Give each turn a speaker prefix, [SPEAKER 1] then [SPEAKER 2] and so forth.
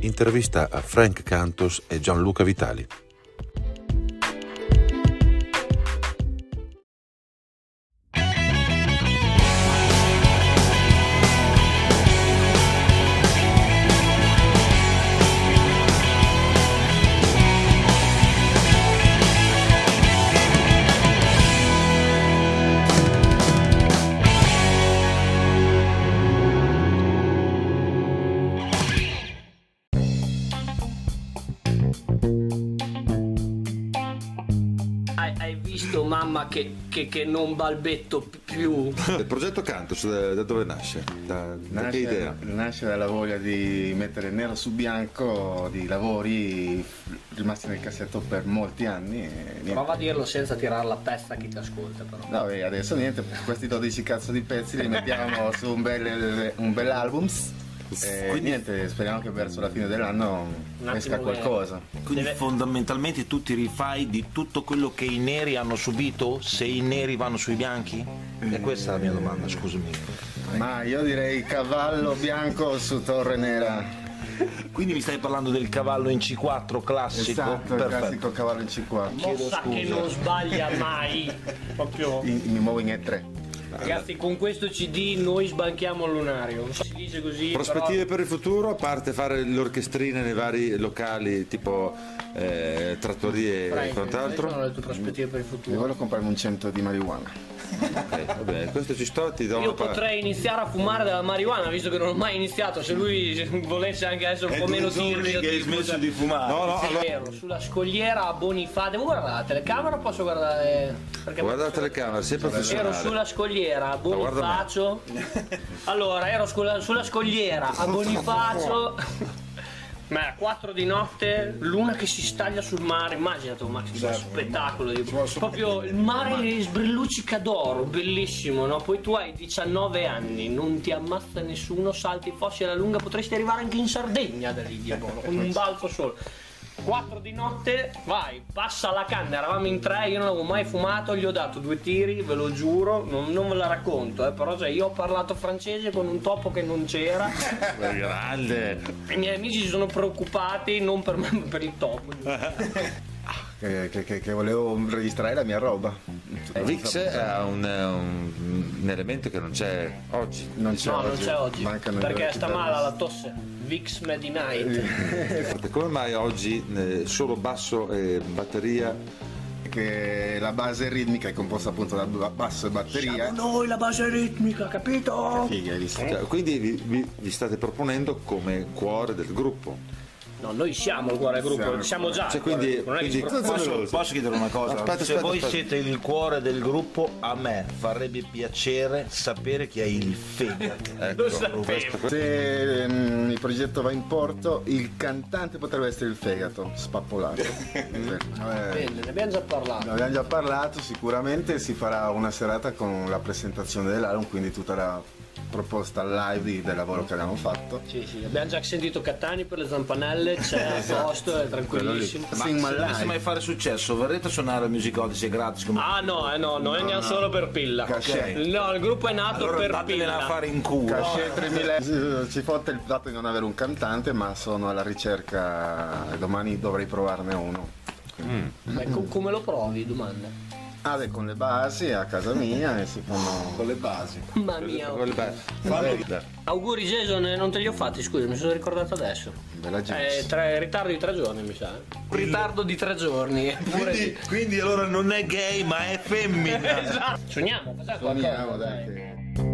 [SPEAKER 1] intervista a Frank Cantos e Gianluca Vitali.
[SPEAKER 2] Hai, hai visto mamma che, che- che non balbetto pi- più?
[SPEAKER 1] Il progetto Cantos da, da dove nasce? Da, da che
[SPEAKER 3] Nasce,
[SPEAKER 1] idea?
[SPEAKER 3] nasce dalla voglia di mettere nero su bianco di lavori rimasti nel cassetto per molti anni. e niente.
[SPEAKER 2] Prova a dirlo senza tirare la testa a chi ti ascolta però.
[SPEAKER 3] No, e adesso niente, questi 12 cazzo di pezzi li mettiamo su un bel, un bel album. E
[SPEAKER 4] Quindi-
[SPEAKER 3] niente, speriamo che verso la fine dell'anno
[SPEAKER 2] Un attimo
[SPEAKER 3] esca
[SPEAKER 2] che-
[SPEAKER 3] qualcosa.
[SPEAKER 4] Quindi
[SPEAKER 2] Deve-
[SPEAKER 4] fondamentalmente tu ti rifai di tutto quello che i neri hanno subito se i neri vanno sui bianchi? E questa è la mia domanda, scusami.
[SPEAKER 3] Ma io direi cavallo bianco su torre nera.
[SPEAKER 4] Quindi mi stai parlando del cavallo in C4 classico?
[SPEAKER 3] esatto, il
[SPEAKER 4] Perfetto.
[SPEAKER 3] classico cavallo in C4.
[SPEAKER 2] Mossa che non sbaglia mai. Proprio.
[SPEAKER 3] In- Mi muovo in E3.
[SPEAKER 2] Ragazzi, con questo CD noi sbanchiamo il lunario. Non so se Si dice così.
[SPEAKER 1] Prospettive per il futuro, a parte fare l'orchestrina nei vari locali tipo eh, trattorie
[SPEAKER 2] però...
[SPEAKER 1] e
[SPEAKER 2] Frank, quali sono
[SPEAKER 1] quant'altro?
[SPEAKER 2] le tue prospettive per il
[SPEAKER 3] Mi
[SPEAKER 2] futuro.
[SPEAKER 3] voglio comprarmi un 100 di marijuana.
[SPEAKER 1] Ok, Eh, va bene, questo ci sto, ti do
[SPEAKER 2] Io
[SPEAKER 1] una pa-
[SPEAKER 2] potrei iniziare a fumare della marijuana visto che non ho mai iniziato. Se lui volesse anche essere un po' meno timido, tipo, cioè-
[SPEAKER 4] fumare.
[SPEAKER 1] No, no,
[SPEAKER 2] Sì,
[SPEAKER 1] allora,
[SPEAKER 2] vero, sulla scogliera a Bonifà. Devo guardare la telecamera o posso guardare? Perché
[SPEAKER 1] guarda la telecamera, sempre
[SPEAKER 2] Ero
[SPEAKER 1] professionale.
[SPEAKER 2] sulla scogliera a
[SPEAKER 1] guarda me.
[SPEAKER 2] Bonifacio. Allora, ero scuola- sulla scogliera a Bonifacio. Ma era 4 di notte, luna che si staglia sul mare, immagina tu Max, che spettacolo, di- proprio il mare sbrilluccica d'oro, bellissimo, no? Poi tu hai 19 anni, non ti ammazza nessuno, salti fossi alla lunga, potresti arrivare anche in Sardegna da lì, diavolo, con un balzo solo. 4 di notte, vai, passa la canna, eravamo in tre, io non avevo mai fumato, gli ho dato due tiri, ve lo giuro, non, non ve la racconto, eh, però cioè, io ho parlato francese con un topo che non c'era,
[SPEAKER 4] Grande.
[SPEAKER 2] i miei amici si sono preoccupati, non per me, ma per il topo.
[SPEAKER 3] Che, che- che- che volevo registrare la mia roba.
[SPEAKER 1] Vix ha un, eh, un- un elemento che non c'è oggi.
[SPEAKER 3] Non c'è
[SPEAKER 2] No,
[SPEAKER 3] oggi.
[SPEAKER 2] non c'è oggi,
[SPEAKER 3] Mancano i
[SPEAKER 2] perché
[SPEAKER 3] vecchi
[SPEAKER 2] sta
[SPEAKER 3] pezzi.
[SPEAKER 2] male la tosse, Vix Medi Night.
[SPEAKER 1] Come mai oggi eh, solo basso e batteria?
[SPEAKER 3] Che la base ritmica è composta appunto da ba- basso e batteria.
[SPEAKER 2] noi la base ritmica, capito?
[SPEAKER 3] Figa, hai visto?
[SPEAKER 1] Cioè, quindi vi, vi- vi state proponendo come cuore del gruppo.
[SPEAKER 2] No, noi siamo il cuore del gruppo, siamo,
[SPEAKER 3] Siamo il
[SPEAKER 2] già.
[SPEAKER 1] Cioè,
[SPEAKER 2] il cuore
[SPEAKER 1] quindi-
[SPEAKER 2] del gruppo, non è che
[SPEAKER 1] quindi-
[SPEAKER 2] ci preoccupiamo.
[SPEAKER 1] Posso-
[SPEAKER 4] Posso chiedere una cosa?
[SPEAKER 1] Aspetta,
[SPEAKER 4] se
[SPEAKER 1] aspetta,
[SPEAKER 4] voi
[SPEAKER 1] aspetta.
[SPEAKER 4] siete il cuore del gruppo, a me farebbe piacere sapere chi è il fegato.
[SPEAKER 1] Ecco,
[SPEAKER 2] Lo sapevo.
[SPEAKER 1] questo-
[SPEAKER 3] Se ehm, il progetto va in porto, il cantante potrebbe essere il fegato spappolato. Eh,
[SPEAKER 2] Bene, ne abbiamo già parlato.
[SPEAKER 3] Ne abbiamo già parlato, sicuramente si farà una serata con la presentazione dell'album, quindi tutta la proposta live di- del lavoro che abbiamo fatto.
[SPEAKER 2] Sì, sì, abbiamo già sentito Catani per le zampanelle, c'è a posto, è tranquillissimo.
[SPEAKER 3] Quello lì. Sing
[SPEAKER 4] se
[SPEAKER 3] My Life.
[SPEAKER 4] dovesse mai fare successo, verrete a suonare a Music Odyssey gratis come
[SPEAKER 2] Ah no, eh no, noi andiamo solo per Pilla.
[SPEAKER 3] Cachet.
[SPEAKER 2] No, il gruppo è nato
[SPEAKER 4] allora
[SPEAKER 2] per
[SPEAKER 4] datevela
[SPEAKER 2] Pilla.
[SPEAKER 4] a fare in culo.
[SPEAKER 3] Casce 3000 ci fotte il fatto di non avere un cantante, ma sono alla ricerca e domani dovrei provarne uno.
[SPEAKER 2] Ma co- come lo provi, domanda?
[SPEAKER 3] Ale con le basi a casa mia e si fanno.
[SPEAKER 5] le basi.
[SPEAKER 2] Mamma mia.
[SPEAKER 1] Quello è bello.
[SPEAKER 2] Auguri Jason, eh, non te li ho fatti, scusa, mi sono ricordato adesso.
[SPEAKER 3] Bella gente.
[SPEAKER 2] Eh, tre- ritardo di tre giorni, mi sa. eh. Ritardo di tre giorni. Eppure
[SPEAKER 4] Quindi, quindi allora non è gay ma è femmina.
[SPEAKER 2] Sogniamo, facciamo
[SPEAKER 3] Suoniamo,
[SPEAKER 2] qualcosa,
[SPEAKER 3] dai,
[SPEAKER 2] dai.
[SPEAKER 3] che-